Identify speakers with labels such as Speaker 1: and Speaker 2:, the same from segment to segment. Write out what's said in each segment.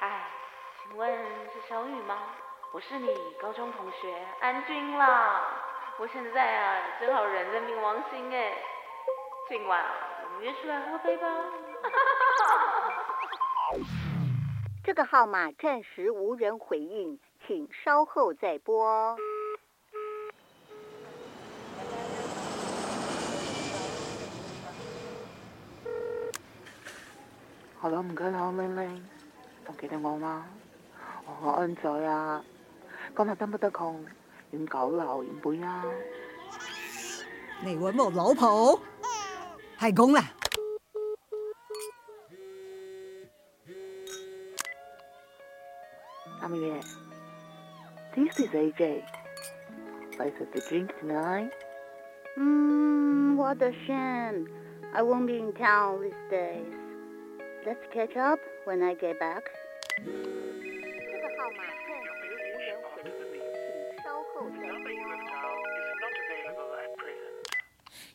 Speaker 1: 哎请问是小雨吗？我是你高中同学安君啦。我现在啊，正好人在冥王星哎。今晚啊我们约出来喝杯吧。
Speaker 2: 这个号码暂时无人回应，请稍后再拨。哦
Speaker 3: 好啦，唔該啦，玲玲，仲記得我嗎？我安仔啊，今日得唔得空？遠九樓原本啊，
Speaker 4: 你揾我老婆，係咁啦。
Speaker 3: 阿月，This is AJ. Let's have a drink tonight.
Speaker 2: 嗯，What a shame. I won't be in town these days. Let's catch up when I get back. 这个号码暂时无人回应，请稍后再拨。哦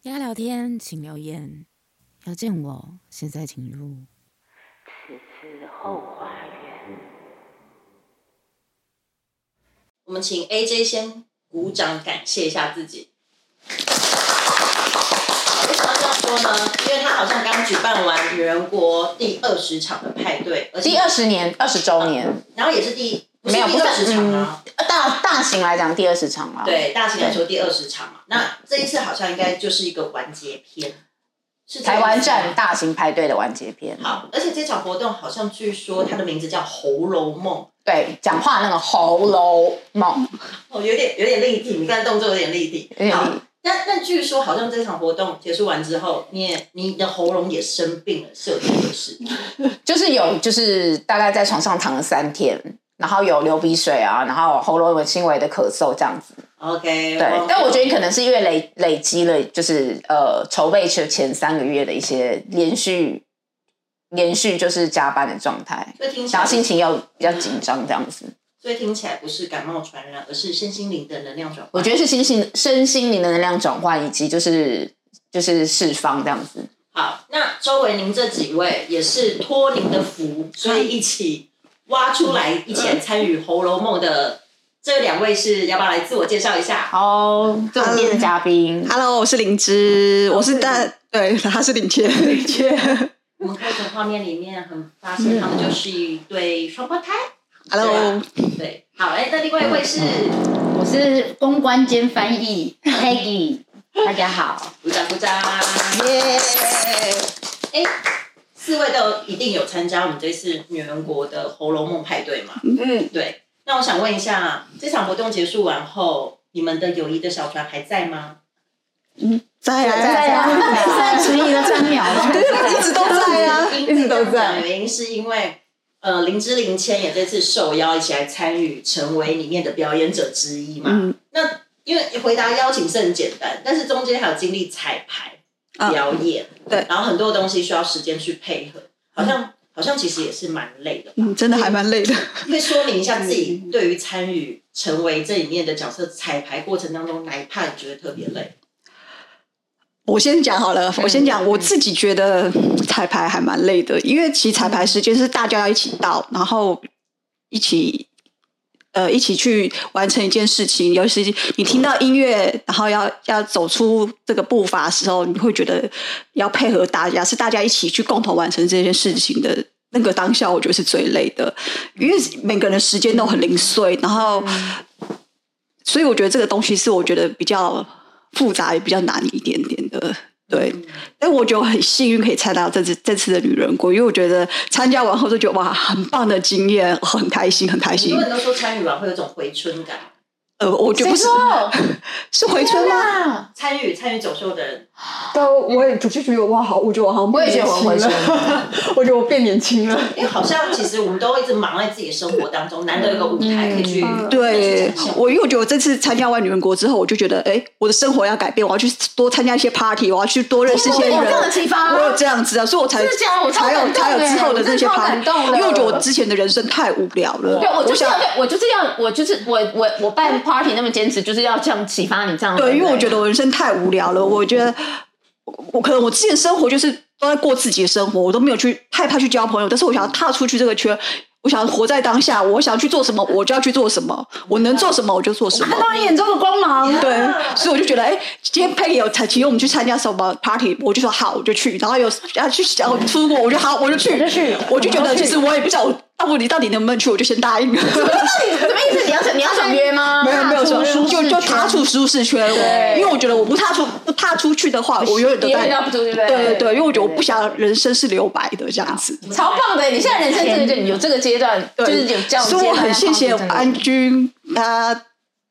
Speaker 5: 要聊天请留言，要见我现在请入。
Speaker 1: 此次后花园。
Speaker 6: 我们请 AJ 先鼓掌感谢一下自己。为什么要这样说呢？因为他好像刚举办完全国第二十场的派对，而且
Speaker 7: 第二，十年、二十周年，
Speaker 6: 然后也是第
Speaker 7: 没有，
Speaker 6: 第
Speaker 7: 不
Speaker 6: 二十
Speaker 7: 是，
Speaker 6: 场
Speaker 7: 嗯
Speaker 6: 啊。，
Speaker 7: 大大型来讲第二十场了。，
Speaker 6: 对，大型来说第二十场嘛，那这一次好像应该就是一个完结篇，是这个
Speaker 7: 台
Speaker 6: 意
Speaker 7: 湾
Speaker 6: 思吗
Speaker 7: 站大型派对的完结篇。
Speaker 6: 好，而且这场活动好像据说它的名字叫《红楼梦
Speaker 7: 对，讲话那个《红楼梦》，》，
Speaker 6: 哦，有点有点立体，你看动作有点立体，
Speaker 7: 有点
Speaker 6: 好
Speaker 7: 厉
Speaker 6: 但但据说好像这场活动结束完之后，你也你的喉咙也生病了，是有这回事。
Speaker 7: 就是有，就是大概在床上躺了三天，然后有流鼻水啊，然后喉咙有轻微的咳嗽这样子。
Speaker 6: OK，
Speaker 7: 对，但我觉
Speaker 6: 得
Speaker 7: 得可能是因为累累积了，就是呃筹备前前三个月的一些连续连续就是加班的状态，
Speaker 6: 所以听起
Speaker 7: 然
Speaker 6: 来
Speaker 7: 后心情又比较紧张这样子。
Speaker 6: 所以听起来不是感冒传染，而是身心灵的能量转换。
Speaker 7: 我觉得是心心身心灵的能量转换，以及就是就是释放这样子。
Speaker 6: 好，那周围您这几位也是托您的福，所以一起挖出来，一起来参与《红楼梦》的这两位是，要不要来自我介绍一下？
Speaker 7: 哦，这种的嘉宾
Speaker 8: Hello，我是灵芝，呃我是大，对， 他是领切，领切。
Speaker 6: 我们可以从画面里面很发现，他们就是一对双胞胎。
Speaker 8: 嗯 Hello，
Speaker 6: 对，好，哎、那另外一位是
Speaker 9: 我是公关兼翻译 Peggy，大家好。
Speaker 6: 鼓掌鼓掌，
Speaker 8: 耶！
Speaker 6: 哎、四位都一定有参加我们这次女人国的《红楼梦》派对嘛？
Speaker 9: 嗯，
Speaker 6: 对，那我想问一下，这场活动结束完后，你们的友谊的小船还在吗？
Speaker 8: 在
Speaker 7: 在
Speaker 8: 啊，
Speaker 7: 啊
Speaker 9: 三迟疑了三秒，
Speaker 8: 一直都在啊，一直都在。
Speaker 6: 原因是因为，呃，林之玲千也这次受邀一起来参与，成为里面的表演者之一嘛。
Speaker 8: 嗯
Speaker 6: 那因为回答邀请是很简单，但是中间还有经历彩排、
Speaker 8: 啊
Speaker 6: 表演，
Speaker 8: 对
Speaker 6: 然后很多东西需要时间去配合，好像、好像其实也是蛮累的吧。
Speaker 8: 嗯，真的还蛮累的。
Speaker 6: 可以说明一下自己对于参与成为这里面的角色彩排过程当中，哪一 part 你觉得特别累？
Speaker 8: 我先讲好了，我先讲我自己觉得彩排还蛮累的，因为其实彩排时间是大家要一起到，然后一起。呃，一起去完成一件事情，尤其是你听到音乐，然后要要走出这个步伐的时候，你会觉得要配合大家，是大家一起去共同完成这件事情的那个当下，我觉得是最累的，因为每个人的时间都很零碎，然后，
Speaker 7: 嗯
Speaker 8: 所以我觉得这个东西是我觉得比较复杂也比较难一点点
Speaker 7: 嗯
Speaker 8: 的，对。但我觉得我很幸运可以参加到这次这次的女人国，因为我觉得参加完后就觉得哇，很棒的经验，很开心，很开
Speaker 6: 很
Speaker 8: 心
Speaker 6: 多。人都说参与完会有种回春感，
Speaker 8: 呃，我觉得不是是回春吗？
Speaker 7: 啊，
Speaker 6: 参与参与走秀的人，
Speaker 10: 但我也我就觉得哇，好，我觉得我好像
Speaker 7: 我也
Speaker 10: 变
Speaker 7: 觉得我
Speaker 10: 年
Speaker 7: 回
Speaker 10: 轻
Speaker 7: 春
Speaker 10: 了，我觉得我变年轻了。
Speaker 6: 因为好像其实我们都一直忙在自己的生活当中，难得有个舞台可以去
Speaker 8: 嗯对
Speaker 6: 去呈现
Speaker 8: 我，因为我觉得我这次参加完女人国之后，我就觉得，哎，我的生活要改变，我要去多参加一些 party，我要去多认识一些
Speaker 7: 我哦有这
Speaker 8: 人。
Speaker 7: 样的启发
Speaker 8: 我有这样子啊，所以我才
Speaker 7: 真的假的我超
Speaker 8: 才有
Speaker 7: 感动
Speaker 8: 才有
Speaker 7: 欸
Speaker 8: 之后的
Speaker 7: 我真
Speaker 8: 那
Speaker 7: 的
Speaker 8: 些
Speaker 7: 超
Speaker 8: party，
Speaker 7: 感动
Speaker 8: 因
Speaker 7: 了
Speaker 8: 为我觉得我之前的人生太无聊了。
Speaker 7: 对我就是
Speaker 8: 想
Speaker 7: 要，我就是要，我就是我我我办 party 那么坚持，就是要这样启发你这样的人。
Speaker 8: 对，因为我觉得我人生太无聊了，我觉得我我可能我之前生活就是都在过自己的生活，我都没有去害怕去交朋友，但是我想要踏出去这个圈，
Speaker 11: 我想活在当下，我想去做什么我就要去做什么，我能做什么我就做什么。
Speaker 12: 看到你眼中的光芒，
Speaker 11: 对，所以我就觉得，哎、今天 Peggy 有采请我们去参加什么 party，我就说好，我就去。然后有要去然后出国，我就好，我就去，我就去。我就觉得，其实我也不知道我到底到底能不能去，我就先答应了。
Speaker 7: 什么意思？你要想你要想约吗？
Speaker 11: 没有没有什么，
Speaker 7: 舒
Speaker 11: 就就踏出舒适圈。我因为我觉得我不踏出不踏出去的话，我永远都
Speaker 7: 别
Speaker 11: 在
Speaker 7: 人要不出去对
Speaker 11: 对对，因为我觉得我不想人生是留白的这样子。
Speaker 7: 超棒的！你现在人生这个就有这个阶段，就是有这样的阶段。
Speaker 11: 所以我很谢谢安君他。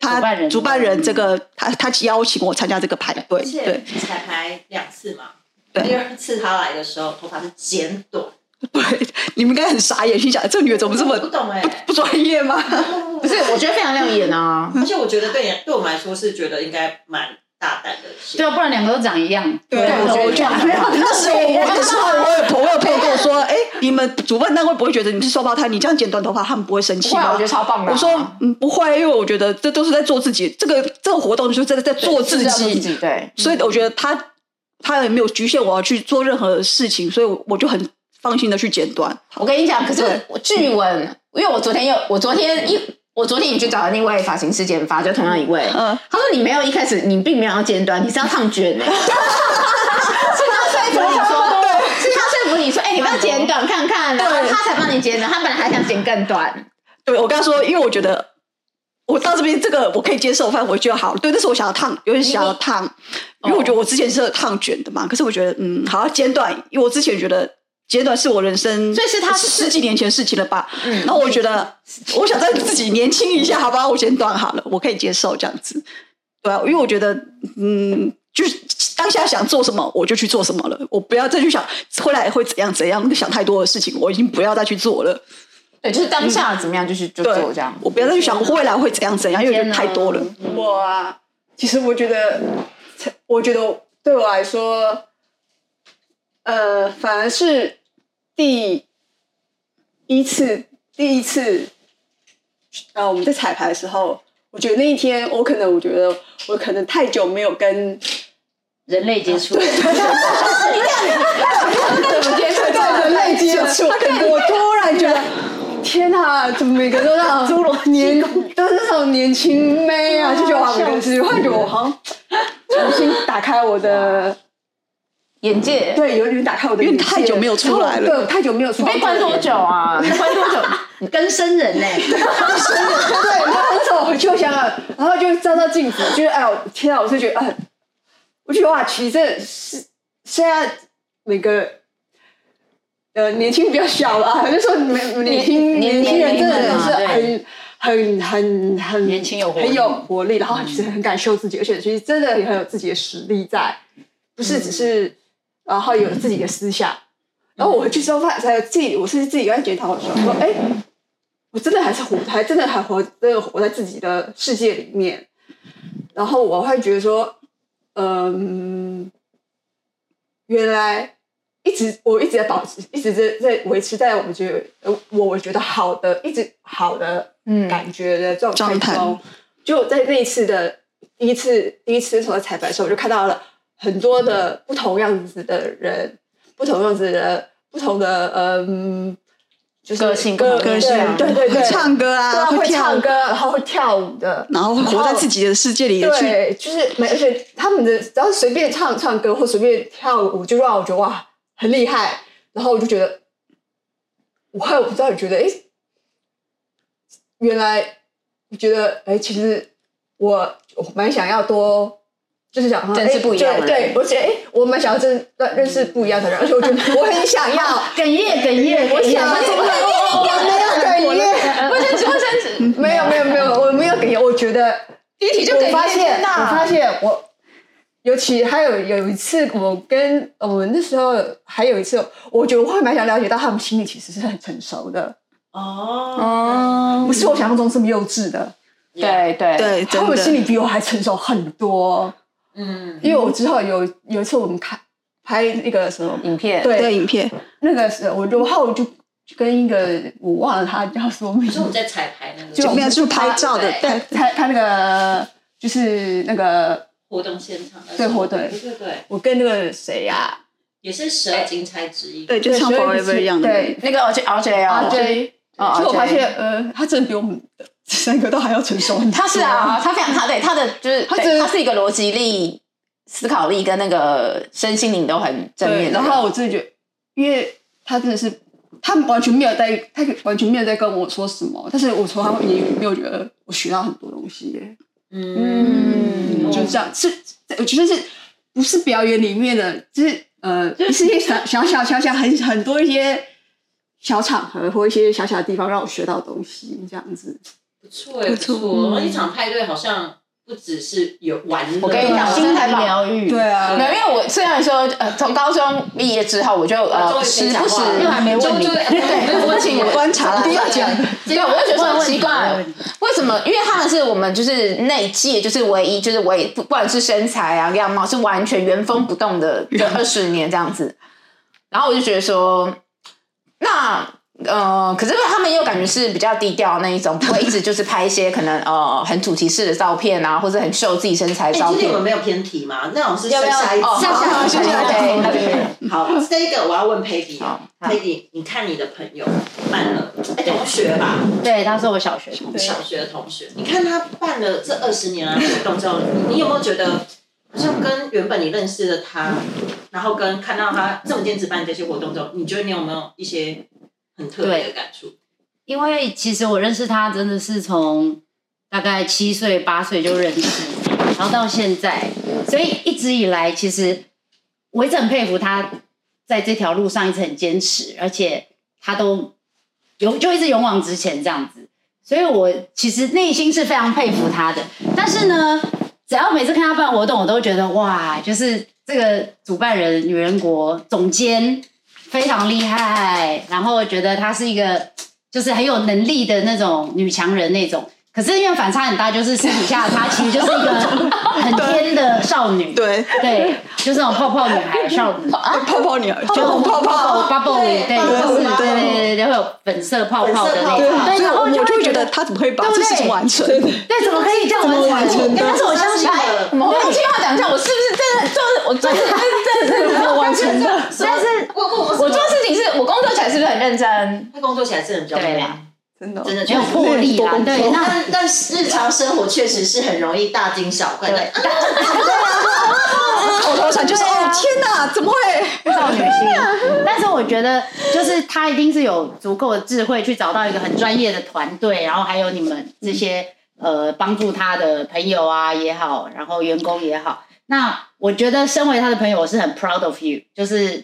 Speaker 12: 主办
Speaker 11: 他
Speaker 12: 人
Speaker 11: 主办人这个他他邀请我参加这个派对
Speaker 6: 而，且
Speaker 11: 对
Speaker 6: 彩排两次嘛，
Speaker 11: 对
Speaker 6: 第二次他来的时候头发是剪短，
Speaker 11: 对，你们应该很傻眼，心想这个女的怎么这么
Speaker 6: 我不懂哎、
Speaker 11: 不专业吗？
Speaker 7: 不是，我觉得非常亮眼啊！
Speaker 6: 而且我觉得对你对我们来说是觉得应该蛮大胆的事。
Speaker 12: 对啊，不然两个都长一样。
Speaker 11: 对，我觉得这样
Speaker 12: 没有
Speaker 11: 那时候我那时候我有朋友朋友跟我说，哎，你们主办单位不会觉得你们是双胞胎，你这样剪短头发，他们不会生气
Speaker 7: 不会啊
Speaker 11: 吗？
Speaker 7: 我觉得超棒的啊
Speaker 11: 我说嗯不会，因为我觉得这都是在做自己，这个这个活动就是在在做自己，嗯
Speaker 7: 对，
Speaker 11: 所以我觉得他他也没有局限我要去做任何事情，所以我我就很放心的去剪短。
Speaker 7: 我跟你讲，可是
Speaker 11: 对
Speaker 7: 我据闻，因为我昨天有，我昨天一。我昨天也去找了另外一位发型师剪发，就同样一位。
Speaker 11: 嗯
Speaker 7: 他说你没有一开始，你并没有要剪短，你是要烫卷 的、是他说服你说，是他说服你说，哎、你不要剪短看看，然后
Speaker 11: 对
Speaker 7: 他才帮你剪短。他本来还想剪更短，
Speaker 11: 对，我跟他说，因为我觉得我到这边这个我可以接受，范围就好。对，但是我想要烫，有点想要烫，
Speaker 7: 哦
Speaker 11: 因为我觉得我之前是烫卷的嘛。可是我觉得，嗯，好要剪短，因为我之前觉得剪短是我人生，
Speaker 7: 所以是他是
Speaker 11: 十几年前事情了吧。
Speaker 7: 嗯
Speaker 11: 然后我觉得，我想再自己年轻一下，好吧，我剪短好了，我可以接受这样子。对啊，因为我觉得，嗯，就是当下想做什么我就去做什么了，我不要再去想后来会怎样怎样，想太多的事情，我已经不要再去做了。
Speaker 7: 对，就是当下怎么样，就是就
Speaker 11: 对
Speaker 7: 做这样。
Speaker 11: 我不要再去想我未来会怎样怎样，因为我觉得太多了。
Speaker 8: 我啊，其实我觉得，我觉得对我来说，呃，反而是第一次，第一次，呃，我们在彩排的时候，我觉得那一天，我可能我觉得我可能太久没有跟
Speaker 12: 人类接触，
Speaker 8: 对人类接触，我突然觉得。天呐，怎么每个都让侏罗年都是那种年轻妹啊，就觉得哇，每个人是，我感觉我好像重新打开我的，
Speaker 7: 眼界，
Speaker 8: 对，有点打开我的
Speaker 11: 因
Speaker 8: 眼
Speaker 11: 为
Speaker 8: 界，
Speaker 11: 太久没有出来了
Speaker 8: 然后对，太久没有出
Speaker 7: 你
Speaker 8: 来，
Speaker 7: 被关多久啊？你关多久？
Speaker 12: 跟生人 呢、
Speaker 8: 对，然后那时候我回去我想想，然后就照照镜子，就是哎呦天啊，我是觉得哎，我觉得哇，其实这是现在每个呃年轻比较小啦，就说年年轻
Speaker 7: 年
Speaker 8: 年轻人真
Speaker 7: 年龄
Speaker 8: 的
Speaker 7: 嘛
Speaker 8: 是
Speaker 7: 对
Speaker 8: 很很很很
Speaker 12: 年轻有活力
Speaker 8: 很有活力，然后其实很敢秀自己，而且其实真的也很有自己的实力在，不
Speaker 12: 嗯
Speaker 8: 是只是然后有自己的思想。然后我回去之后发才自己，我是自己在检讨我说，
Speaker 12: 嗯
Speaker 8: 我说哎。我真的还是活，还真的还活，真的活在自己的世界里面。然后我会觉得说，嗯，原来一直我一直在保持，一直在在维持在我们觉得呃我我觉得好的，一直好的
Speaker 7: 嗯
Speaker 8: 感觉的状态
Speaker 11: 状态
Speaker 8: 中。就在那一次的第一次第一次从彩排的时候，我就看到了很多
Speaker 11: 嗯
Speaker 8: 的不同样子的人，不同样子的不同的嗯。就是
Speaker 7: 个性
Speaker 8: 各
Speaker 7: 不同
Speaker 11: 个
Speaker 7: 性
Speaker 8: 对对对对，
Speaker 11: 唱歌啊
Speaker 8: 对
Speaker 11: 会
Speaker 8: 会
Speaker 11: 跳舞
Speaker 8: 唱歌，然后会跳舞的，
Speaker 11: 然后活在自己的世界里去，
Speaker 8: 对，就是没，而且他们的只要随便唱唱歌或随便跳舞，就让我觉得哇很厉害。然后我就觉得，我后来我不知道，觉得哎，诶原来我觉得哎，诶其实我我蛮想要多。就是想说，
Speaker 7: 认识
Speaker 8: 诶
Speaker 7: 不一样的
Speaker 8: 对
Speaker 7: 人
Speaker 8: 对，我觉得哎，诶我蛮想要认认识不一样的人，而且我觉得我很想要，
Speaker 12: 哽咽，哽咽，
Speaker 8: 我
Speaker 12: 哽咽
Speaker 8: 想要，没有 哽咽，
Speaker 7: 不是说生日，
Speaker 8: 没有没有没有，我没有哽咽，我觉得
Speaker 7: 第一题就
Speaker 8: 我发现，
Speaker 7: 呐
Speaker 8: 我发现我，尤其还有有一次，我跟呃我们那时候还有一次，我觉得我还蛮想了解到他们心里其实是很成熟的，
Speaker 6: 哦，
Speaker 7: 哦，
Speaker 8: 不是我想象中这么幼稚的，
Speaker 7: 对对，
Speaker 11: 对，
Speaker 8: 他
Speaker 11: 真
Speaker 8: 们心
Speaker 11: 的。
Speaker 8: 里比我还成熟很多。
Speaker 6: 嗯，
Speaker 8: 因为我之后有有一次我们看拍那个什么，
Speaker 7: 影片
Speaker 8: 对
Speaker 11: 对影片，
Speaker 8: 那个是我然后我就跟一个我忘了他叫什么名
Speaker 6: 你说我们，
Speaker 8: 字
Speaker 6: 在彩排那个
Speaker 8: 就
Speaker 11: 就没有就拍照的，
Speaker 6: 对
Speaker 11: 拍
Speaker 8: 他他那个就是那个
Speaker 6: 活动现场的时
Speaker 8: 对
Speaker 6: 候，
Speaker 8: 活动
Speaker 6: 对对对，
Speaker 8: 我跟那个谁啊呀、
Speaker 6: 也是十二金钗之一，
Speaker 11: 对，就像
Speaker 8: 对
Speaker 11: Forever 一样的。
Speaker 8: 对
Speaker 7: 那个哦 R J R J
Speaker 8: 阿
Speaker 7: 啊，
Speaker 8: J，哦
Speaker 11: 所以我
Speaker 8: OK
Speaker 11: 发现，呃，他真的比我们三个都还要成熟很多。
Speaker 7: 他是啊，他非常他对他的就是
Speaker 11: 他
Speaker 7: 对
Speaker 11: 真的
Speaker 7: 他是一个逻辑力、思考力跟那个身心灵都很正
Speaker 11: 对，
Speaker 7: 面的
Speaker 11: 然
Speaker 7: 人。
Speaker 11: 后我自己觉得，因为他真的是，他完全没有在，他完全没有在跟我说什么，但是我从他也没有觉得我学到很多东西耶。嗯，就这样，是我觉得是不是表演里面的，就是呃，一些小小小小小很很多一些小场合或一些小小的地方让我学到东西，这样子。
Speaker 6: 不错不错，那一场派对好像不只是有玩乐，
Speaker 7: 我跟你讲，心态吧
Speaker 11: 对啊
Speaker 7: 没有，因为我虽然说呃，从高中毕业之后，我就
Speaker 6: 啊终
Speaker 7: 呃
Speaker 6: 于可以
Speaker 7: 时
Speaker 6: 讲
Speaker 7: 不时
Speaker 6: 话了因为还没问你
Speaker 7: 就就对，
Speaker 6: 问你
Speaker 7: 我
Speaker 11: 观察啦
Speaker 7: 不要
Speaker 11: 观察
Speaker 7: 讲，对，我就觉得说很奇怪，为什么？因为他们是我们就是那一届，就是唯一，就是唯不不管是身材啊样貌，是完全原封不动的，就二十年这样 子。然后我就觉得说，那呃，可是他们又感觉是比较低调那一种，不会一直就是拍一些可能呃很主题式的照片啊，或者很秀自己身材
Speaker 6: 哎，
Speaker 7: 的照
Speaker 6: 就是
Speaker 7: 片。啊
Speaker 6: 你们没有偏题吗？那种是
Speaker 7: 要不要
Speaker 6: 下一集
Speaker 7: 哦
Speaker 6: 好
Speaker 7: 下下下下
Speaker 6: 对
Speaker 7: 下
Speaker 6: 对对 好，这个我要问 Peggy 啊，Peggy，你看你的朋友办了，哎，同学吧，
Speaker 12: 对，他是我小学同
Speaker 6: 小学同学，你看他办了这二十年来的活动之后，你有没有觉得好像跟原本你认识的他，然后跟看到他这么坚持办这些活动之后，你觉得你有没有一些很特别的感触？
Speaker 12: 因为其实我认识他真的是从大概七岁八岁就认识，然后到现在，所以一直以来其实我一直很佩服他在这条路上一直很坚持，而且他都勇就一直勇往直前这样子，所以我其实内心是非常佩服他的。但是呢，只要每次看他办活动，我都觉得哇，就是这个主办人女人国总监非常厉害，然后觉得她是一个就是很有能力的那种女强人那种。可是因为反差很大，就是私底下她其实就是一个很天的少女，
Speaker 11: 对
Speaker 12: 对，就是那种泡泡女孩少女啊，
Speaker 11: 泡泡女孩，
Speaker 12: 泡泡
Speaker 11: 泡泡
Speaker 12: bubble，对，
Speaker 11: 对
Speaker 12: 就是对
Speaker 11: 对
Speaker 12: 对对对，会有粉色泡泡的那种，
Speaker 11: 对，所
Speaker 12: 然
Speaker 11: 以
Speaker 12: 后
Speaker 11: 我就
Speaker 12: 会
Speaker 11: 会觉得他怎么会把
Speaker 12: 对不
Speaker 11: 这
Speaker 12: 对
Speaker 11: 事情完成？
Speaker 12: 对，怎么可以这样完成？哎但是我相信，
Speaker 7: 我们用句话讲一下，我是不是真的就是我做事是真的是完成的？但是
Speaker 6: 我我
Speaker 7: 我做事情是我工作起来是不是很认真？
Speaker 6: 他工作起来是很比较
Speaker 7: 对
Speaker 6: 累
Speaker 7: 啦。
Speaker 11: 真的
Speaker 6: 真的
Speaker 7: 没有魄力啦
Speaker 6: 就是
Speaker 7: 对那
Speaker 6: 但但日常生活确实是很容易大惊小怪的。啊
Speaker 11: 口头禅就是哦，天哪，怎么会？
Speaker 12: 少女心。 但是我觉得，就是她一定是有足够的智慧去找到一个很专业的团队，然后还有你们这些呃帮助她的朋友啊也好，然后员工也好。那我觉得，身为她的朋友，我是很 proud of you，就是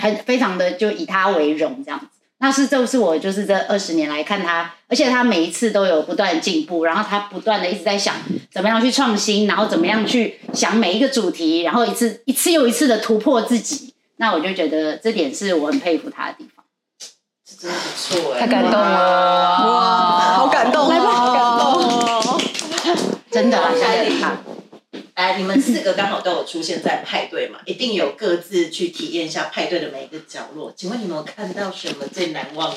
Speaker 12: 很非常的就以她为荣这样子。那是这是我就是这二十年来看她，而且她每一次都有不断的进步，然后她不断的一直在想怎么样去创新，然后怎么样去想每一个主题，然后一次一次又一次的突破自己。那我就觉得这点是我很佩服他的地方。
Speaker 6: 真的不错哎，
Speaker 7: 太感动了，
Speaker 11: 哇，好感动
Speaker 7: 来吧
Speaker 11: 哦！
Speaker 12: 真的啊，
Speaker 6: 下一
Speaker 12: 谢
Speaker 6: 题
Speaker 12: 谢他。
Speaker 6: 哎，你们四个刚好都有出现在派对嘛，一定有各自去体验一下派对的每一个角落。请问你们有看到什么最难忘的？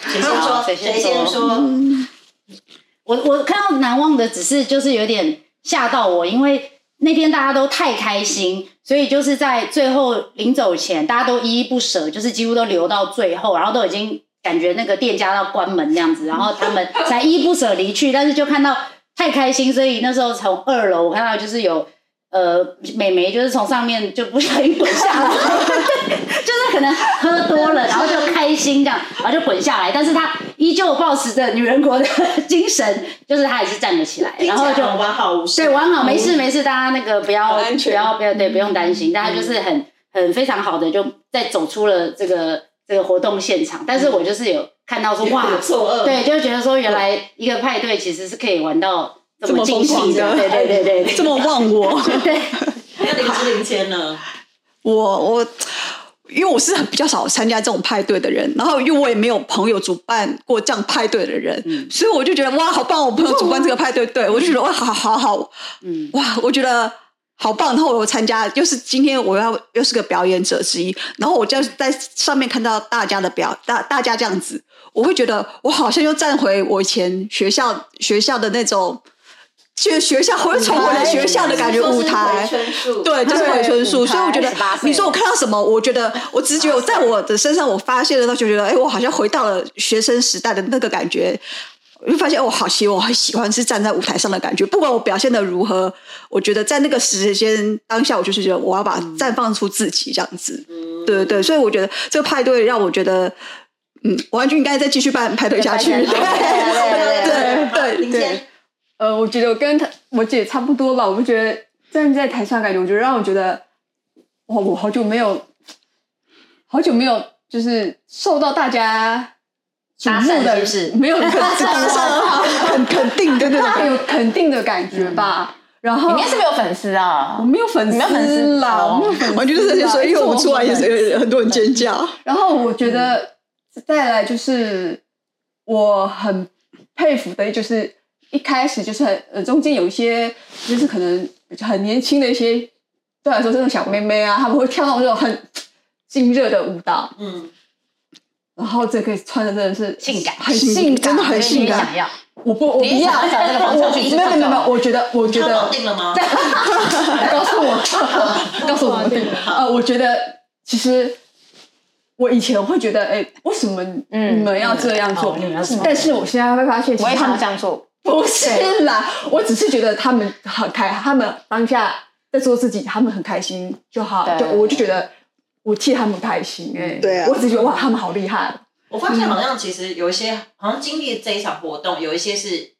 Speaker 6: 谁先说？
Speaker 12: 好
Speaker 6: 谁
Speaker 12: 谁
Speaker 6: 先说？
Speaker 12: 先说我我看到难忘的只是就是有点吓到我，因为那天大家都太开心，所以就是在最后临走前，大家都依依不舍，就是几乎都留到最后，然后都已经感觉那个店家要关门那样子，然后他们才依依不舍离去。但是就看到太开心，所以那时候从二楼我看到就是有。呃，美眉就是从上面 就不小心滚下来，就是可能喝多了，然后就开心这样，然后就滚下来。但是她依旧保持着女人国的精神，就是她还是站了起来，
Speaker 6: 听
Speaker 12: 然
Speaker 6: 起
Speaker 12: 后
Speaker 6: 来
Speaker 12: 就
Speaker 6: 好完好无事。
Speaker 12: 对，玩好没事没事，大家那个不要不要不要对，不用担心，大家就是很很非常好的就再走出了这个这个活动现场。但是我就是有看到说哇，
Speaker 6: 错愕。
Speaker 12: 对，就觉得说原来一个派对其实是可以玩到这
Speaker 11: 这么
Speaker 12: 么
Speaker 11: 疯
Speaker 12: 尽
Speaker 11: 狂
Speaker 12: 兴
Speaker 11: 的，
Speaker 12: 的，对对对对对，
Speaker 11: 这么 忘我。
Speaker 12: 对。
Speaker 6: 那林志玲先呢？
Speaker 11: 我我因为我是比较少参加这种派对的人，然后因为我也没有朋友主办过这样派对的人，所以我就觉得哇，好棒！我朋友主办这个派对，对我就觉得哇，好好好，
Speaker 12: 嗯，
Speaker 11: 哇，我觉得。好棒！然后我有参加，又是今天我要又是个表演者之一，然后我就在上面看到大家的表大大家这样子，我会觉得我好像又站回我以前学校学校的那种学学校，我又从我的学校的感觉舞台，对，哎就是回春术。所以我觉得，你说我看到什么？我觉 得，我只是觉得我在我的身上，我发现了，到就觉得，哎，我好像回到了学生时代的那个感觉。我就发现，哦，好喜，我很喜欢是站在舞台上的感觉。不管我表现的如何，我觉得在那个时间当下，我就是觉得我要把绽放出自己这样子。对对对，所以我觉得这个派对让我觉得，嗯，完全应该再继续办派对下去。对对对对。
Speaker 8: 呃，我觉得我跟他我姐差不多吧。我觉得站在台上感觉，我觉得让我觉得，哇，我好久没有，好久没有就是受到大家瞩目的，
Speaker 12: 是
Speaker 8: 没有 肯
Speaker 11: 肯肯定的那种，
Speaker 8: 有肯定的感觉吧。然后
Speaker 7: 嗯你应该是没有粉丝啊，
Speaker 8: 我没有粉丝，
Speaker 7: 没有粉丝
Speaker 8: 啦，我没有粉丝，
Speaker 11: 完全是所以我出来也是很多人尖叫。
Speaker 8: 然后我觉得再来就是我很佩服的，就是。一开始就是很呃，中间有一些就是可能很年轻的一些，对来说这种小妹妹啊，她们会跳那种很劲热的舞蹈，嗯，然后这个穿的真的是
Speaker 7: 性感，
Speaker 8: 很性感，
Speaker 11: 真的很性感。
Speaker 8: 我不，我不要，我没有没有没有，我觉得我觉得
Speaker 6: 定了吗？
Speaker 8: 告诉我，告诉我怎么定？呃，我觉得其实我以前会觉得，哎，为什么你们要这样做？但是我现在会发现，
Speaker 7: 我也想这样做。
Speaker 8: 不是啦，我只是觉得他们很开，他们当下在做自己，他们很开心就好。就我就觉得我替他们开心哎、欸，
Speaker 11: 对啊，
Speaker 8: 我只觉得哇，他们好厉害。
Speaker 6: 我发现好像其实有一些，好像经历这一场活动，有一些是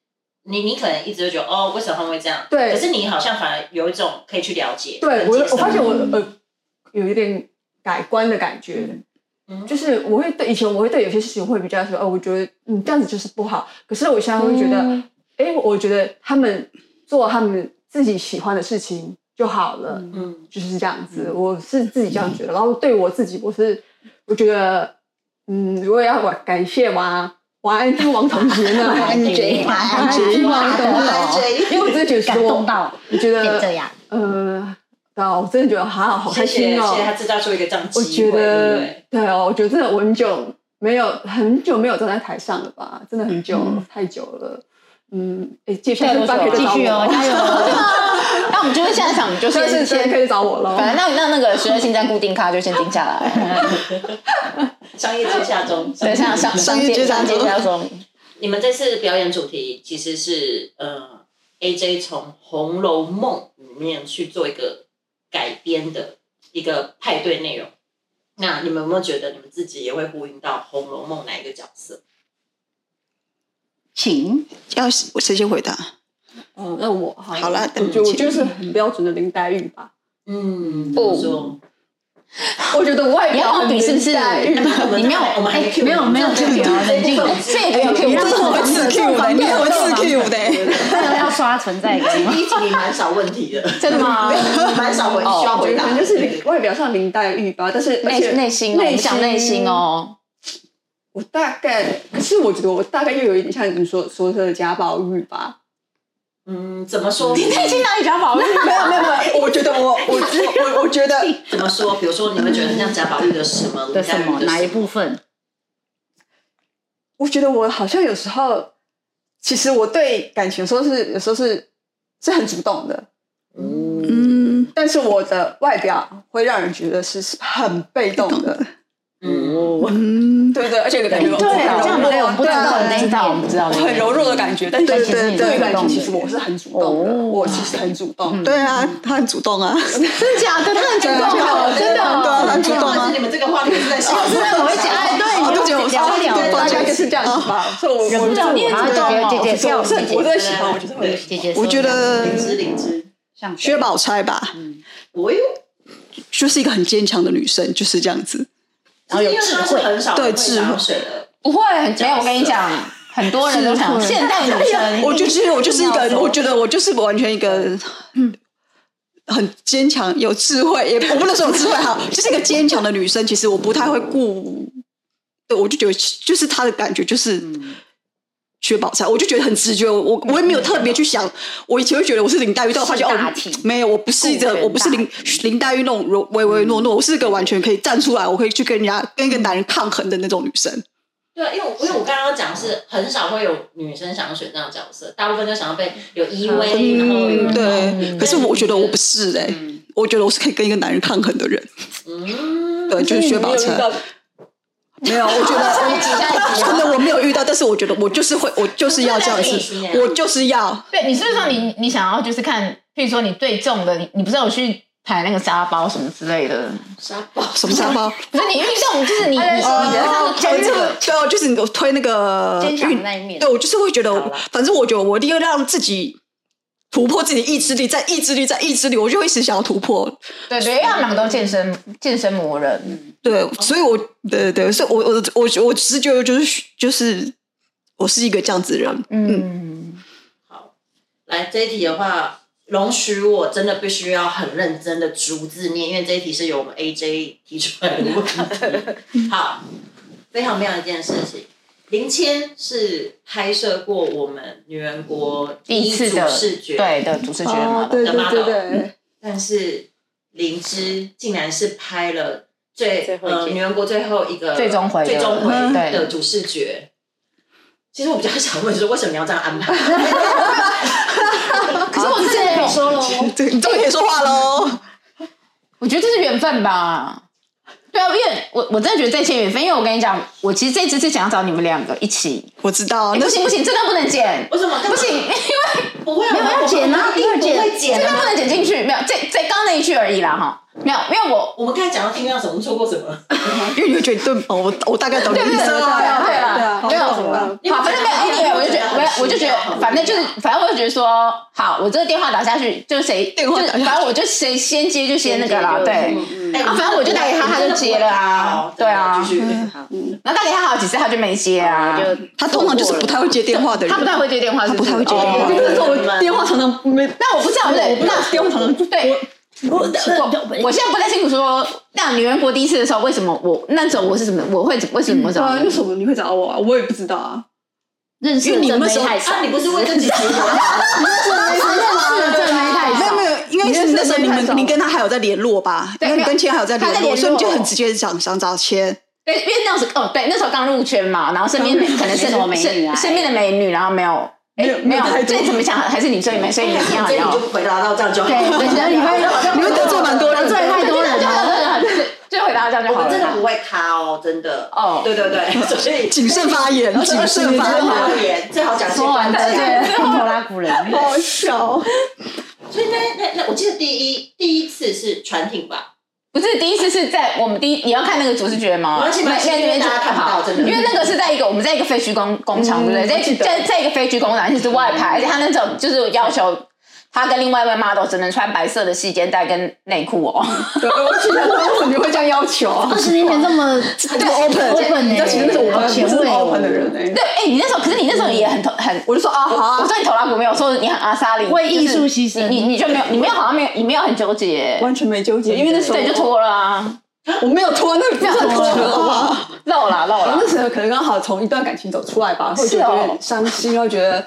Speaker 6: 你你可能一直都觉得哦，为什么他们会这样？
Speaker 8: 对，
Speaker 6: 可是你好像反而有一种可以去了解。
Speaker 8: 对我我发现我呃有一点改观的感觉。就是我会对以前我会对有些事情会比较说，哦，我觉得嗯这样子就是不好。可是我现在会觉得，哎、嗯，我觉得他们做他们自己喜欢的事情就好了，嗯，就是这样子。嗯、我是自己这样觉得，然后对我自己，我是我觉得，嗯，如果要感感谢王王安之王同学呢，
Speaker 11: 王安之王安之
Speaker 8: 王同学，因为我真的觉得
Speaker 12: 感动到，
Speaker 8: 我觉得
Speaker 12: 这样，
Speaker 8: 呃。啊，我真的觉得好好开心
Speaker 6: 哦！谢谢他制造出一个这样
Speaker 8: 我觉得对哦，我觉得真的我很久没有很久没有站在台上了吧，真的很久太久了。嗯，哎，接下来
Speaker 7: 可以继续哦，加油！ 那我们就是下一场，我们就先
Speaker 8: 先可以找我了。
Speaker 7: 反正那那那个十二星站固定咖就先定下
Speaker 6: 来，商业接下中，
Speaker 7: 对，商商商业接下中。
Speaker 6: 你们这次表演主题其实是呃，AJ 从《红楼梦》里面去做一个。改编的一个派对内容，那你们有没有觉得你们自己也会呼应到《红楼梦》哪一个角色？
Speaker 12: 请，
Speaker 11: 要我谁先回答？
Speaker 8: 哦、嗯，那我
Speaker 11: 好了，
Speaker 8: 我觉得我就是很标准的林黛玉吧。
Speaker 6: 嗯，不说。
Speaker 8: 我觉得外表
Speaker 7: 比是不是？
Speaker 8: 你
Speaker 7: 没有，
Speaker 6: 我们还没 Q，
Speaker 12: 没有没有 Q 啊，冷静，
Speaker 7: 这也没有 Q，
Speaker 11: 这是我们自 Q 的，你我们自 Q
Speaker 12: 的，要刷存在感。
Speaker 6: 第一集你蛮少问题的，
Speaker 7: 真的吗？
Speaker 6: 蛮少回需要回
Speaker 8: 哦
Speaker 6: 答，
Speaker 8: 就是外表上林黛玉吧，但是
Speaker 7: 内内心，内想内心哦。
Speaker 8: 我大概，可是我觉得我大概又有一点像你说说的贾宝玉吧。
Speaker 6: 嗯，怎么说？
Speaker 7: 你内心哪里贾宝玉？
Speaker 11: 没有没有没有，我觉得我我我我觉得
Speaker 6: 怎么说？比如说，你们觉得像贾宝玉的什么？
Speaker 12: 的什么？哪一部分？
Speaker 8: 我觉得我好像有时候，其实我对感情说是有时候是是很主动的，嗯，但是我的外表会让人觉得是很被动的，嗯，对对，而且感觉
Speaker 7: 对啊，这样
Speaker 8: 没
Speaker 7: 有不知道不知道不知道
Speaker 8: 很柔弱的感觉，但是其实对感情其实我是很主动的，我其实很主动。
Speaker 11: 对啊，他很主动啊，啊
Speaker 7: 真的假的？他很主动，真的，
Speaker 11: 他很主动啊。
Speaker 6: 你们这个话题是在笑，
Speaker 7: 真的我会讲，哎，对，
Speaker 11: 我都觉得我
Speaker 7: 受不了，
Speaker 8: 大家就是这样子吧。所以我我
Speaker 7: 这样，你很主动，
Speaker 8: 姐姐笑，我真的喜欢，我就是会，
Speaker 11: 我觉得
Speaker 6: 灵芝灵芝，
Speaker 11: 薛宝钗吧，
Speaker 6: 我有，
Speaker 11: 就是一个很坚强的女生，就是这样子。
Speaker 6: 然后有智慧，对智慧
Speaker 7: 不会，没有。我跟你讲，很多人都想现代女生。
Speaker 11: 我就是我就是一个，我觉得我就是完全一个，嗯，很坚强、有智慧，也我不能说有智慧 哈，就是一个坚强的女生。其实我不太会顾，对我就觉得就是她的感觉就是薛宝钗，我就觉得很直觉。我我也没有特别去想，我以前会觉得嗯我是林黛玉，但我发现哦，没有，我不是一个，我不是林林黛玉那种唯唯诺诺，我是一个完全可以站出来，我可以去跟人家跟一个男人抗衡的那种女生。
Speaker 6: 对，因为我因为我刚刚讲是很少会有女生想要选这样的角色，大部分都想要被有依偎，然后有
Speaker 11: 嗯，对。可是我觉得我不是哎、我觉得我是可以跟一个男人抗衡的人。嗯，对，就是薛宝
Speaker 8: 所以你
Speaker 11: 成
Speaker 8: 没有遇到。
Speaker 11: 没有，我觉得
Speaker 8: 下一集下一集
Speaker 11: 可能我没有遇到，但是我觉得我就是会，我就是要这样
Speaker 7: 可
Speaker 11: 子
Speaker 7: 是那，个
Speaker 11: 我就是要。
Speaker 7: 对，你是不是说你你想要就是看，譬如说你对中的，你你不是有去排那个沙包什么之类的？
Speaker 6: 沙包
Speaker 11: 什么沙包？
Speaker 7: 不是你遇中，就是你你你的他们
Speaker 11: 推
Speaker 7: 推
Speaker 11: 这
Speaker 7: 这
Speaker 11: 个
Speaker 7: 个，，
Speaker 11: 对哦，就是你推那个
Speaker 7: 坚强
Speaker 11: 运
Speaker 7: 那一面
Speaker 11: 对我就是会觉得我，反正我觉得我一定要让自己突破自己意志力，在意志力，在意志力，我就会一直想要突破。
Speaker 7: 对对，要么都健身健身魔人，
Speaker 11: 对，所以我，对对对，所以我我我我只是觉得就是就是我是一个这样子的人，
Speaker 7: 嗯，
Speaker 6: 来这一题的话，容许我真的必须要很认真的逐字念，因为这一题是由我们 AJ 提出来的问题。好，非常妙的一件事情。林谦是拍摄过我们女人国
Speaker 7: 第一次
Speaker 6: 组
Speaker 7: 的
Speaker 6: 视觉
Speaker 7: 对的主视觉嘛，
Speaker 6: 对
Speaker 8: 对对
Speaker 11: 嗯
Speaker 8: 对，
Speaker 6: 但是灵芝竟然是拍了最
Speaker 7: 最后一集
Speaker 6: 呃女人国最后一个
Speaker 7: 最终回的
Speaker 6: 最终回
Speaker 7: 嗯对
Speaker 6: 的主视觉。其实我比较想问，就是为什么你要这样安排？
Speaker 7: 可是我之前有说喽，
Speaker 11: 这你终于可以说话喽。
Speaker 7: 我觉得这是缘分吧。对啊，因为我我真的觉得这些缘分，因为我跟你讲，我其实这次是想要找你们两个一起。
Speaker 11: 我知道，
Speaker 7: 哎
Speaker 11: 那
Speaker 7: 不行不行，这段不能剪，
Speaker 6: 为什么？
Speaker 7: 不行，因为
Speaker 6: 不会啊，
Speaker 7: 没有要剪啊，
Speaker 6: 一定不会剪
Speaker 7: 这
Speaker 6: 啊
Speaker 7: 段不能剪进去，没有，这这刚刚那一句而已啦哈，没有，没有我
Speaker 6: 我们刚才讲到听到什么，错过什么？
Speaker 11: 因为你会觉得对，哦，我我大概懂你
Speaker 7: 对
Speaker 11: 的
Speaker 7: 对
Speaker 11: 意
Speaker 7: 对
Speaker 11: 思
Speaker 7: 对
Speaker 11: 了。
Speaker 7: 啊，没有好，反正没有 anyway，我就觉得我我就觉得，反正就是反正我就觉得说，好，我这个电话打下去，就是谁
Speaker 11: 电话
Speaker 7: 就
Speaker 11: 打
Speaker 7: 是
Speaker 11: 下去
Speaker 7: 反正我就谁先接就先那个了，对。
Speaker 11: 嗯
Speaker 6: 哎
Speaker 7: 啊，反正我就打 给他，他就接了啊，对啊。
Speaker 6: 继续
Speaker 7: 然后打给他好几次，他就没接啊，
Speaker 11: 他通常就是不太会接电话的人，
Speaker 7: 他不太会接电话，
Speaker 11: 他
Speaker 7: 是
Speaker 11: 不
Speaker 7: 是
Speaker 11: 太会接电话，
Speaker 7: 哦
Speaker 11: 但是我电话常常没。
Speaker 7: 那我不知道，对，那
Speaker 11: 电话常常
Speaker 7: 对。我我我现在不太清楚说，那女人国第一次的时候，为什么我那时候我是怎么，我会为什么怎
Speaker 8: 对
Speaker 7: 么
Speaker 8: 啊，为什么你会找我啊？我也不知道啊。
Speaker 12: 认识
Speaker 11: 因为你
Speaker 12: 正妹
Speaker 11: 那时候
Speaker 12: 太少
Speaker 6: 啊，，你不是为这几集 吗？
Speaker 12: 认识正妹太
Speaker 11: 没有
Speaker 12: 少，
Speaker 11: 没有，应该是那时候你们你跟他还有在联络吧？
Speaker 7: 对
Speaker 11: 因为你
Speaker 7: 没有
Speaker 11: 跟啊千还有在
Speaker 7: 他在
Speaker 11: 联络，
Speaker 7: 联
Speaker 11: 所以你就
Speaker 8: 哦
Speaker 7: 络
Speaker 11: 很直接想想找千。
Speaker 7: 对，因为那时候哦，对，那时候刚入圈嘛，然后身边美可能是
Speaker 12: 没什么美女
Speaker 7: 身
Speaker 12: 啊
Speaker 7: 身边的美女，然后没有，哎，没有，最怎么想还是你最美，所以你一定要
Speaker 6: 这你
Speaker 7: 要
Speaker 6: 就。回答到这样就好。
Speaker 12: 对，我觉得你会
Speaker 11: 你会得罪蛮多
Speaker 12: 得
Speaker 11: 人的，
Speaker 12: 罪太多人
Speaker 7: 就
Speaker 12: 了。
Speaker 7: 就回答这样就
Speaker 6: 我
Speaker 7: 好
Speaker 6: 们真的
Speaker 7: 了。
Speaker 6: 不会卡哦，真的。
Speaker 7: 哦
Speaker 6: 对对 对，所以
Speaker 11: 谨慎发言，谨慎发言，
Speaker 6: 言，最好讲
Speaker 12: 说完这
Speaker 7: 对
Speaker 12: 些空头拉古人，
Speaker 11: 好笑。
Speaker 6: 所以那那那，我记得第一第一次是船艇吧？
Speaker 7: 不是第一次是在我们第一，你要看那个主视觉吗？
Speaker 6: 而且蛮幸运
Speaker 7: 边
Speaker 6: 大家看不到真的
Speaker 7: 哦因为那个是在一个我们在一个废墟工工厂，对不对？在在在一个废墟工厂，其实外拍，而且他那种就是要求他跟另外一位 model 只能穿白色的细肩带跟内裤哦。
Speaker 8: 对，我记得当时你会这样要求 啊。
Speaker 12: 二十年前 这么
Speaker 11: 这么 open，
Speaker 12: open
Speaker 11: 你知道其实那时候我
Speaker 12: 好
Speaker 11: 们
Speaker 12: 前
Speaker 11: 不是
Speaker 12: 卫
Speaker 11: open 的
Speaker 12: 哦，
Speaker 11: 人哎。
Speaker 7: 对，哎、你那时候，可是你那时候也很投很，
Speaker 11: 我就说啊，好
Speaker 7: 我
Speaker 11: 啊，
Speaker 7: 说你投拉股没有，我说你很阿莎里，
Speaker 12: 为艺术
Speaker 7: 就是
Speaker 12: 牺牲
Speaker 7: 你你你就没有，你没有好像没有，你没有很纠结，
Speaker 11: 完全没纠结，因为那时候
Speaker 7: 对，就脱了啊，
Speaker 11: 我没有拖，那不算拖啊。
Speaker 7: 漏啦漏
Speaker 8: 我
Speaker 7: 啦
Speaker 8: 那，时候可能刚好从一段感情走出来吧，会
Speaker 7: 是
Speaker 8: 觉
Speaker 7: 哦
Speaker 8: 得有点伤心，然后觉得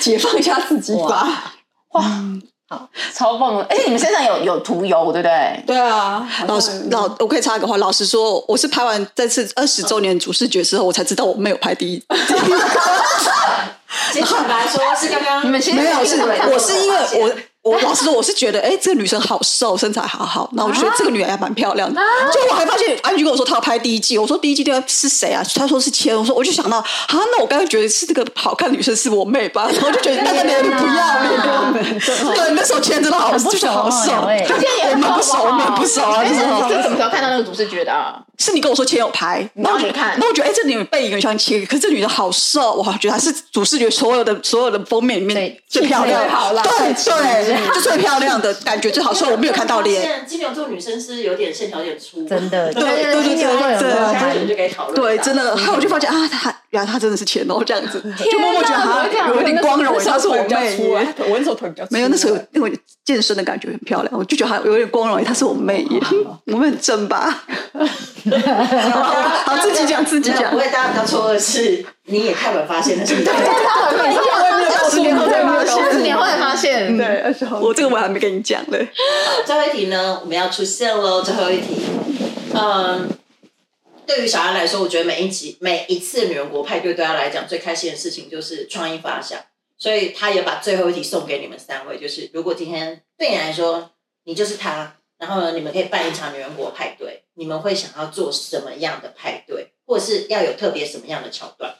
Speaker 8: 解放一下自己吧。
Speaker 7: 超棒的，而且你们身上有有涂油，对不对？
Speaker 8: 对啊，好像
Speaker 11: 老实老，我可以插一个话，老实说，我是拍完这次二十周年主视觉之后，我才知道我没有拍第一。
Speaker 6: 其实坦白说，是刚刚
Speaker 7: 你们其实
Speaker 11: 没有，是
Speaker 7: 对
Speaker 11: 我是因为我。我老实说，我是觉得，哎、这个女生好瘦，身材好好，然后我觉得这个女人还蛮漂亮的。就我还发现，安菊跟我说她要拍第一季，我说第一季对是谁啊？她说是千，我说我就想到，啊，那我刚才觉得是这个好看的女生是我妹吧，然后我就觉得那个脸不要脸，对，那时候千真的好，
Speaker 12: 很不
Speaker 11: 就
Speaker 12: 熟
Speaker 11: 是好瘦，
Speaker 12: 哦两位
Speaker 7: 这也
Speaker 11: 我
Speaker 7: 很
Speaker 11: 们
Speaker 7: 棒
Speaker 11: 不熟，我们不熟啊，
Speaker 7: 哎
Speaker 11: 你知
Speaker 7: 是
Speaker 11: 道
Speaker 7: 你是什么
Speaker 11: 吗？
Speaker 7: 时候看到那个主视觉的啊？
Speaker 11: 是你跟我说千有拍，然后我
Speaker 7: 你要去看
Speaker 11: 然后我觉得，哎、这女人背影有像千，可是这女的好瘦，哇，觉得她是主视觉所有的所有的封面里面
Speaker 12: 对
Speaker 11: 最漂亮
Speaker 12: 最好啦
Speaker 11: 的，对对，就最漂亮的感觉最好，虽然我没有看到 脸，。
Speaker 6: 金牛座女生是有点线条有点粗，
Speaker 12: 真的，
Speaker 11: 对对对对对对
Speaker 6: 大家就可以讨论。
Speaker 11: 对， 真。的，还有我就发现啊，她原来她真的是钱哦，这样子，就默默觉得
Speaker 7: 哪怎么
Speaker 11: 她
Speaker 7: 会这样
Speaker 11: 有一点光荣，欸她是我
Speaker 8: 腿比较
Speaker 11: 妹
Speaker 8: 粗啊
Speaker 11: 耶。，
Speaker 8: 我那时候腿比较粗。
Speaker 11: 没有，那时候有那种健身的感觉很漂亮，我就觉得她有点光荣，欸她是我妹耶，我们很正吧？好，自己讲 自己
Speaker 6: 没有
Speaker 11: 讲
Speaker 6: 不，会，大家比较错愕是，你也太晚发现了，是不是？
Speaker 11: 二十年后才发
Speaker 7: 二十
Speaker 11: 现，
Speaker 7: 年后才发现，
Speaker 8: 对，二十号。
Speaker 11: 我这个我还没跟你讲嘞。
Speaker 6: 最后一题呢，我们要出现喽，最后一题。嗯，对于小安来说，我觉得每一集每一次女人国派对对他来讲最开心的事情就是创意发想，所以他也把最后一题送给你们三位，就是如果今天对你来说你就是他，然后呢你们可以办一场女人国派对，你们会想要做什么样的派对，或者是要有特别什么样的桥段？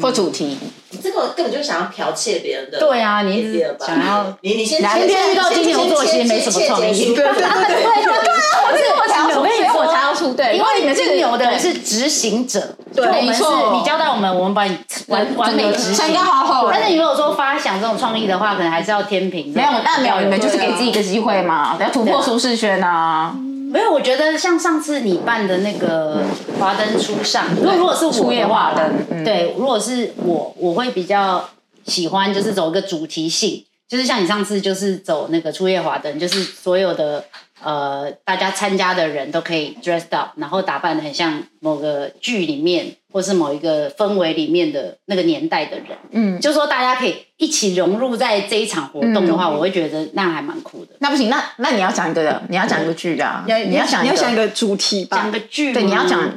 Speaker 7: 或主题，
Speaker 6: 你这个根本就想要剽窃别人的，
Speaker 12: 对啊你一直
Speaker 6: 直
Speaker 12: 想要
Speaker 6: 你你先
Speaker 12: 哪一天遇到金牛座其实没什么创意
Speaker 6: 对对对对。
Speaker 7: 我是我才要
Speaker 12: 我
Speaker 7: 出，
Speaker 12: 跟你
Speaker 7: 所以
Speaker 12: 说，我才要出对，因为你们是牛的，
Speaker 7: 对
Speaker 12: 是执行者，
Speaker 7: 对
Speaker 12: 就我们
Speaker 7: 没
Speaker 12: 是
Speaker 7: 错
Speaker 12: 你交代我们，我们把你完完美执
Speaker 7: 参
Speaker 12: 行。
Speaker 7: 加好好。
Speaker 12: 但是你如果说发想这种创意的话，可能还是要天平。
Speaker 7: 没有，但没有，你们就是给自己一个机会嘛，要突破舒适圈啊！
Speaker 12: 没有，我觉得像上次你办的那个华灯初上，如果如果是
Speaker 7: 初
Speaker 12: 我
Speaker 7: 夜
Speaker 12: 的
Speaker 7: 华
Speaker 12: 话，
Speaker 7: 灯嗯
Speaker 12: 对，如果是我，我会比较喜欢就是走一个主题性，就是像你上次就是走那个初夜华灯，就是所有的呃大家参加的人都可以 dressed up，然后打扮的很像某个剧里面或是某一个氛围里面的那个年代的人，
Speaker 7: 嗯，
Speaker 12: 就说大家可以一起融入在这一场活动的话，
Speaker 7: 嗯
Speaker 12: 我会觉得那还蛮酷的。
Speaker 7: 那不行，那那你要讲一个的，你要讲一个剧的 啊，你要讲
Speaker 11: 你要想一
Speaker 7: 个，
Speaker 11: 个主题吧
Speaker 12: 讲，个剧，
Speaker 7: 对，你要讲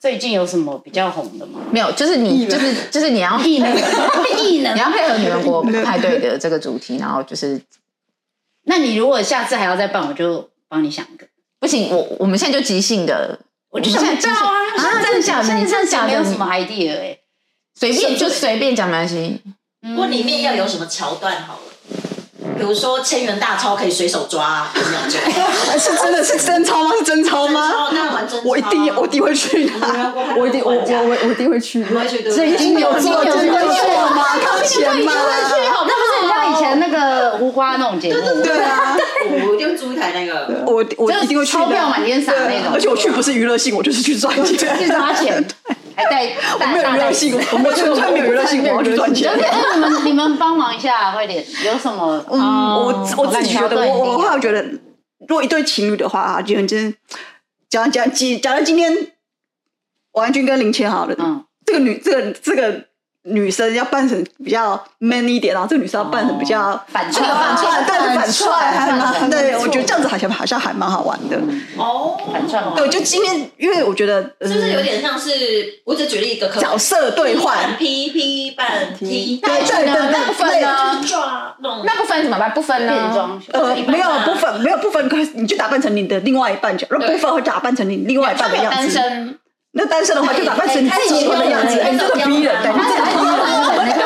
Speaker 12: 最近有什么比较红的吗？
Speaker 7: 没有，就是你就是就是你 要
Speaker 12: 异 能，异
Speaker 7: 你
Speaker 12: 能。
Speaker 7: 要配合女人国派对的这个主题，然后就是
Speaker 12: 那你如果下次还要再办，我就帮你想一个。
Speaker 7: 不行，我我们现在就即兴的，
Speaker 12: 我就
Speaker 7: 我
Speaker 12: 想
Speaker 7: 们现在
Speaker 12: 知道啊，
Speaker 7: 即兴啊，真
Speaker 12: 现
Speaker 7: 的
Speaker 12: 在
Speaker 7: 假的？你
Speaker 12: 现在
Speaker 7: 真的假
Speaker 12: 没有
Speaker 7: 的？
Speaker 12: 什
Speaker 7: 你
Speaker 12: 么 idea 哎、
Speaker 7: 随便就随便讲没关系。
Speaker 12: 嗯
Speaker 6: 如果里面要有什么桥段好了，比如说千元大钞可以随手抓、啊，有没有觉得
Speaker 11: 是真的是真钞吗？是真钞
Speaker 6: 真
Speaker 11: 吗？
Speaker 6: 钞那玩真钞啊
Speaker 11: 我一定我一定会去拿，我一定我我我我一定会去。
Speaker 6: 你会去对不
Speaker 11: 所以
Speaker 6: 对？
Speaker 11: 金牛座真的错吗？靠钱吗？
Speaker 12: 那不是很像以前那个无花那种节目，
Speaker 11: 对啊，
Speaker 6: 我我一定会租一台那个。
Speaker 11: 我我一定会去的。
Speaker 12: 钞票满天撒那种
Speaker 11: 对而且我去不是娱乐性，我就是去赚钱。
Speaker 12: 去抓钱，还带
Speaker 11: 我
Speaker 12: 带
Speaker 11: 没有
Speaker 12: 大
Speaker 11: 娱
Speaker 12: 带
Speaker 11: 乐性，我没有纯粹没有娱乐性，我要去赚钱
Speaker 12: 而。且哎你们你们帮忙一下，快点，有什么？哦
Speaker 11: 嗯，我我自己觉得，我我后来
Speaker 12: 会
Speaker 11: 觉得，如果一对情侣的话啊，就真假假假假如今天王安君跟林千好了，
Speaker 12: 嗯，
Speaker 11: 这个女这个这个女生要扮成比较 man 一点，然后这个女生要扮成比较
Speaker 12: 反
Speaker 11: 这个
Speaker 12: 串
Speaker 11: 反串，但是反串还
Speaker 12: 反
Speaker 11: 蛮
Speaker 12: 串
Speaker 11: 对，
Speaker 12: 没
Speaker 11: 我
Speaker 12: 错
Speaker 11: 觉得这样子好像好像还蛮好玩的。
Speaker 6: 哦，
Speaker 12: 反串嘛
Speaker 11: 对，就今天，因为我觉得
Speaker 6: 是不是有
Speaker 11: 嗯
Speaker 6: 点像是？我只举例一个可
Speaker 11: 角色对换，
Speaker 6: P P 半 T，
Speaker 11: 对对对
Speaker 7: 那不分呢？
Speaker 6: 抓弄
Speaker 7: 那不分怎么办？不分
Speaker 12: 变
Speaker 7: 呢？
Speaker 12: 装秀，
Speaker 11: 呃，没有
Speaker 6: 啊
Speaker 11: 部分，没有部分，可以你就打扮成你的另外一半就，然后部分会打扮成你另外一半的样
Speaker 7: 单
Speaker 11: 子。
Speaker 7: 身，
Speaker 11: 那单身的话，就打扮成你自己结婚的样子。
Speaker 6: 哎
Speaker 11: 哎，你这个逼人，对，你这个逼人，对，你这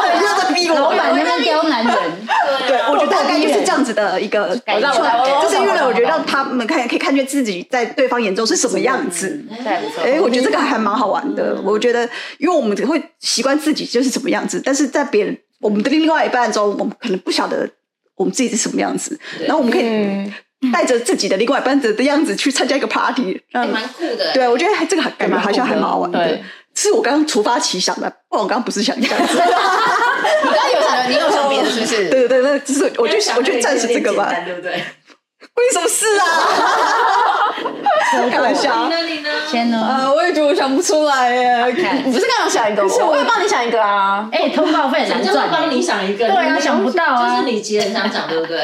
Speaker 11: 个逼
Speaker 12: 老板
Speaker 11: 我。
Speaker 12: 那边刁难人，
Speaker 11: 对，我觉得大概就是这样子的一个，
Speaker 12: 我知道我知道我
Speaker 11: 就是因为我觉得让他们看，可以看见自己在对方眼中是什么样子。
Speaker 7: 对，不错。
Speaker 11: 哎，我觉得这个还蛮好玩的。我觉得，因为我们只会习惯自己就是什么样子，但是在别人我们的另外一半中，我们可能不晓得我们自己是什么样子，然后我们可以带着自己的另外一半的的样子去参加一个 party，
Speaker 6: 还
Speaker 11: 让
Speaker 6: 哎蛮酷的。
Speaker 11: 对，我觉得还这个还感觉好像还哎蛮好玩的
Speaker 7: 对。
Speaker 11: 是我刚刚突发奇想的，不然我刚刚不是想这样子。
Speaker 7: 你刚刚 有想到，你有想别的是不是？
Speaker 11: 对对对，那就是我就我就暂时这个吧，
Speaker 6: 有点简单对不对？
Speaker 11: 关你什么事啊？开玩笑，
Speaker 6: 那你呢？
Speaker 12: 天呢？
Speaker 11: 呃，我也觉得我想不出来耶。
Speaker 7: 你不是刚刚有想一个，我我也帮你想一个啊。
Speaker 12: 哎，通告费难
Speaker 6: 就是
Speaker 12: 赚，
Speaker 6: 帮你想一个，
Speaker 12: 对啊
Speaker 6: 你
Speaker 12: 想不到
Speaker 6: 就
Speaker 12: 啊
Speaker 6: 是你其实很想讲，对不对？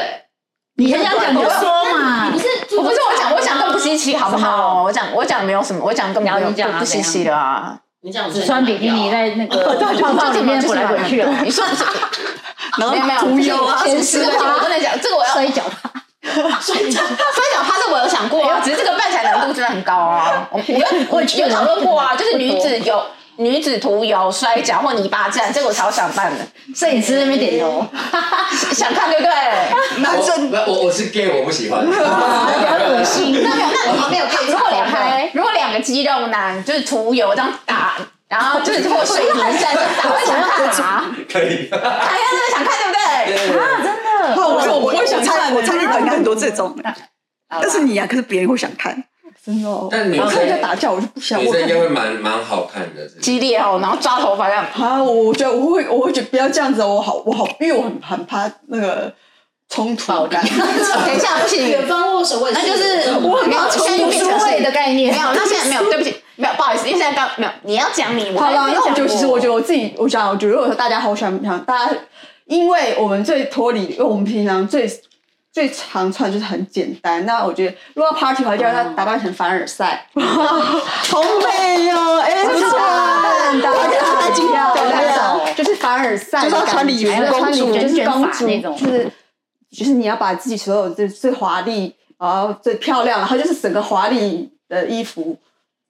Speaker 12: 你很想讲就说嘛，
Speaker 6: 不是，
Speaker 7: 啊我不是我讲，我讲更不稀奇，好不好？我讲我讲没有什么，我讲更没有
Speaker 12: 你讲
Speaker 7: 更
Speaker 12: 啊
Speaker 7: 不稀奇的啊。
Speaker 6: 你讲我
Speaker 12: 只穿比基尼在那 个泡泡里面滚来滚去哦，
Speaker 7: 你说
Speaker 11: 然
Speaker 7: 没有没有，
Speaker 11: 后
Speaker 7: 不
Speaker 11: 屠
Speaker 7: 是
Speaker 11: 呦啊，
Speaker 7: 前十个我不能讲，这个我要
Speaker 12: 摔跤。
Speaker 7: 摔跤趴是我有想过啊，只是这个办起来难度真的很高啊。我有我有讨论过啊，就是女子有女子徒有摔跤或泥巴战，这个我超想办的，
Speaker 12: 摄影师那边点头，
Speaker 7: 想看对不对？
Speaker 11: 男生
Speaker 13: 那我我是 gay，我不喜 欢。
Speaker 12: 恶心。
Speaker 7: 嗯那没有，那你没有看。如果两
Speaker 12: 拍
Speaker 7: 个如果两个肌肉男就是徒有这样打，然后就是或水泥战这样打，我会想打。
Speaker 13: 可以。
Speaker 7: 哎呀，真的想看对不对？
Speaker 11: 哦我我我会想看，我猜日本应该很多这种的，但是你呀，啊可是别人会想看，真的哦。
Speaker 13: 但女
Speaker 11: 我看人家
Speaker 13: 生
Speaker 11: 打架，我就不想。
Speaker 13: 女
Speaker 11: 我
Speaker 13: 生应
Speaker 11: 看
Speaker 13: 该会蛮蛮好看的。这
Speaker 7: 激烈哦，然后抓头发这样。
Speaker 11: 啊，我觉得我会，我会觉得不要这样子，哦我好，我好，因为我很很怕那个冲突感。
Speaker 7: 等一下，不行，
Speaker 6: 远方握手，我也
Speaker 7: 那就
Speaker 6: 有这
Speaker 7: 是
Speaker 6: 种
Speaker 7: 没有，现在就变成是
Speaker 12: 概念
Speaker 7: 没有，那现在没有，对不起，没有，不好意思，因为现在刚没有，你要讲你，我
Speaker 11: 好了，
Speaker 7: 还没
Speaker 11: 那我
Speaker 7: 讲
Speaker 11: 觉得其实我觉得我自己，我想，我觉得如果说大家好想想，大家因为我们最脱离，因为我们平常最
Speaker 8: 最常穿就是很简单。那我觉得，如果 party 的话，就让他打扮成凡尔赛。哇，好美哦！哎，不错，
Speaker 11: 我觉得他在今天
Speaker 8: 对
Speaker 11: 那
Speaker 8: 就是凡尔赛的
Speaker 11: 就是
Speaker 8: 感觉，
Speaker 11: 要穿礼服公主
Speaker 8: 就是
Speaker 11: 卷
Speaker 8: 公
Speaker 11: 发
Speaker 8: 主
Speaker 11: 那种
Speaker 8: 就是就是你要把自己所有最最华丽，然后最漂亮，然后就是整个华丽的衣服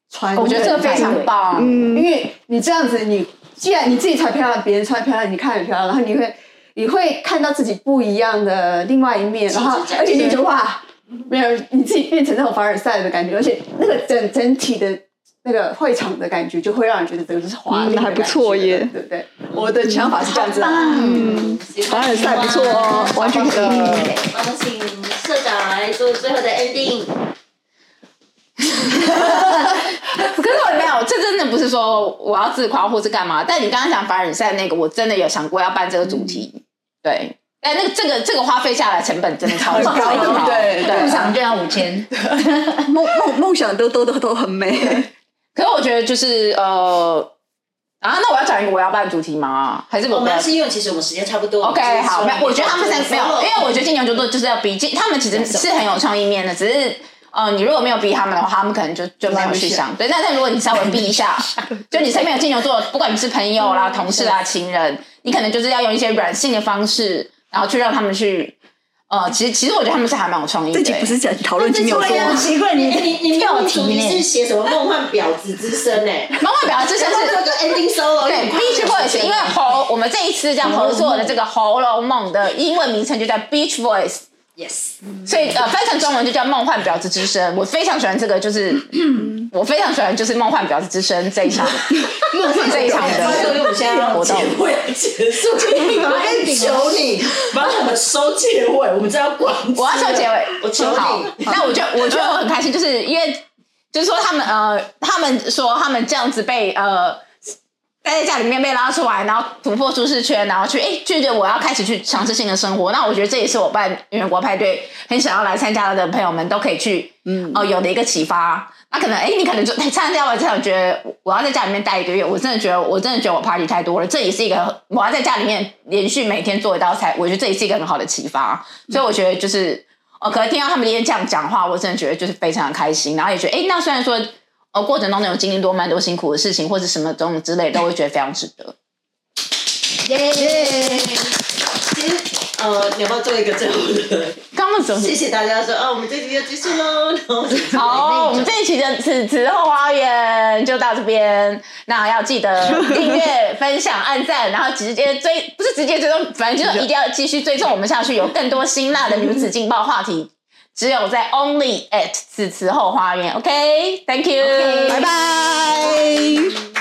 Speaker 8: 穿。
Speaker 7: 我觉得这个非常棒
Speaker 8: 嗯，因为你这样子，你既然你自己才漂亮，别人穿漂亮，你看也漂亮，然后你会你会看到自己不一样的另外一面，然后
Speaker 6: 气质展现
Speaker 8: 而且你就哇，没有你自己变成那种凡尔赛的感觉，而且那个整整体的。那个会场的感觉，就会让人觉得这个就是华丽的感
Speaker 11: 嗯，
Speaker 8: 觉、
Speaker 11: 还不错耶，
Speaker 8: 对不对？我的想法是这样子啊，
Speaker 11: 嗯，凡尔赛不错哦，完全可以。
Speaker 6: 我们请社长来做最后的 ending。
Speaker 7: 可是我没有，这真的不是说我要自夸或是干嘛。但你刚刚讲凡尔赛那个，我真的有想过要办这个主题，对。哎，那个这个这个花费下来成本真的超级
Speaker 11: 很高对不对
Speaker 7: 对，
Speaker 11: 入场
Speaker 7: 就要五千。
Speaker 11: 梦梦梦想都都都都很美，
Speaker 7: 可是我觉得就是呃啊，那我要讲一个我要办的主题吗？还是
Speaker 6: 我
Speaker 7: 我
Speaker 6: 们
Speaker 7: 要
Speaker 6: 要是因为其实我们时间差不多。
Speaker 7: OK，好，没有，我觉得他们才没有，因为我觉得金牛座
Speaker 6: 座
Speaker 7: 就是要比，他们其实是很有创意面的，只是。呃，你如果没有逼他们的话，他们可能就就没有去 想。对，但是如果你稍微逼一下，就你身边有金牛座，不管你是朋友啦、同事啦、情人，你可能就是要用一些软性的方式，然后去让他们去。呃，其实其实我觉得他们是还蛮有创意的、
Speaker 11: 这集不是讲讨论金牛座
Speaker 7: 那
Speaker 11: 吗
Speaker 7: 这？
Speaker 6: 奇怪，你 你你
Speaker 7: 跳
Speaker 6: 标
Speaker 7: 题
Speaker 6: 题
Speaker 7: 呢
Speaker 6: 是写什么梦幻婊子之 身呢？
Speaker 7: 梦幻婊 之身是
Speaker 6: 这个 ending solo，
Speaker 7: 对，Beach Boys，因为喉，我们这一次叫合作的这个《喉咙梦》的英文名称就叫 Beach Boys。
Speaker 6: yes，
Speaker 7: 所以呃，翻成中文就叫《梦幻婊子之声》。我非常喜欢这个， 就是我非常喜欢就是《梦幻婊子之声》这一 场，梦幻这一场的
Speaker 6: 所以我们现在要
Speaker 7: 活
Speaker 6: 结
Speaker 7: 动。
Speaker 6: 尾结束，我跟你求你，帮我们收结尾，我们这要关。
Speaker 7: 我要收结尾，
Speaker 6: 我求
Speaker 7: 好
Speaker 6: 你。，
Speaker 7: 那我就我觉得我很开心，就是因为就是说他们呃，他们说他们这样子被呃。待在家里面被拉出来，然后突破舒适圈，然后去哎，觉得我要开始去尝试新的生活。那我觉得这也是我办员国派对很想要来参加的朋友们都可以去，嗯，哦、有的一个启发。那可能哎，你可能就哎参加完之后觉得我要在家里面待一个月，我真的觉得我真的觉得我 party 太多了。这也是一个我要在家里面连续每天做一道菜，我觉得这也是一个很好的启发。所以我觉得就是哦，可能听到他们今天这样讲话，我真的觉得就是非常的开心，然后也觉得，哎，那虽然说，呃，过程当中有经历多蛮多辛苦的事情，或者什么种种之类的，都会觉得非常值得。
Speaker 6: 耶！其实呃，你要不要做一个最后的？
Speaker 7: 刚刚总
Speaker 6: 谢谢大家说啊，我们这集要结束喽。然后是
Speaker 7: 好，我们这一期的此之后花园就到这边，那要记 得订阅、分享、按赞，然后直接追，不是直接追踪，反正就是一定要继续追踪我们下去，有更多辛辣的女子劲爆话题。只有在 Only at 此之后花园，OK，Thank、you，
Speaker 11: 拜拜。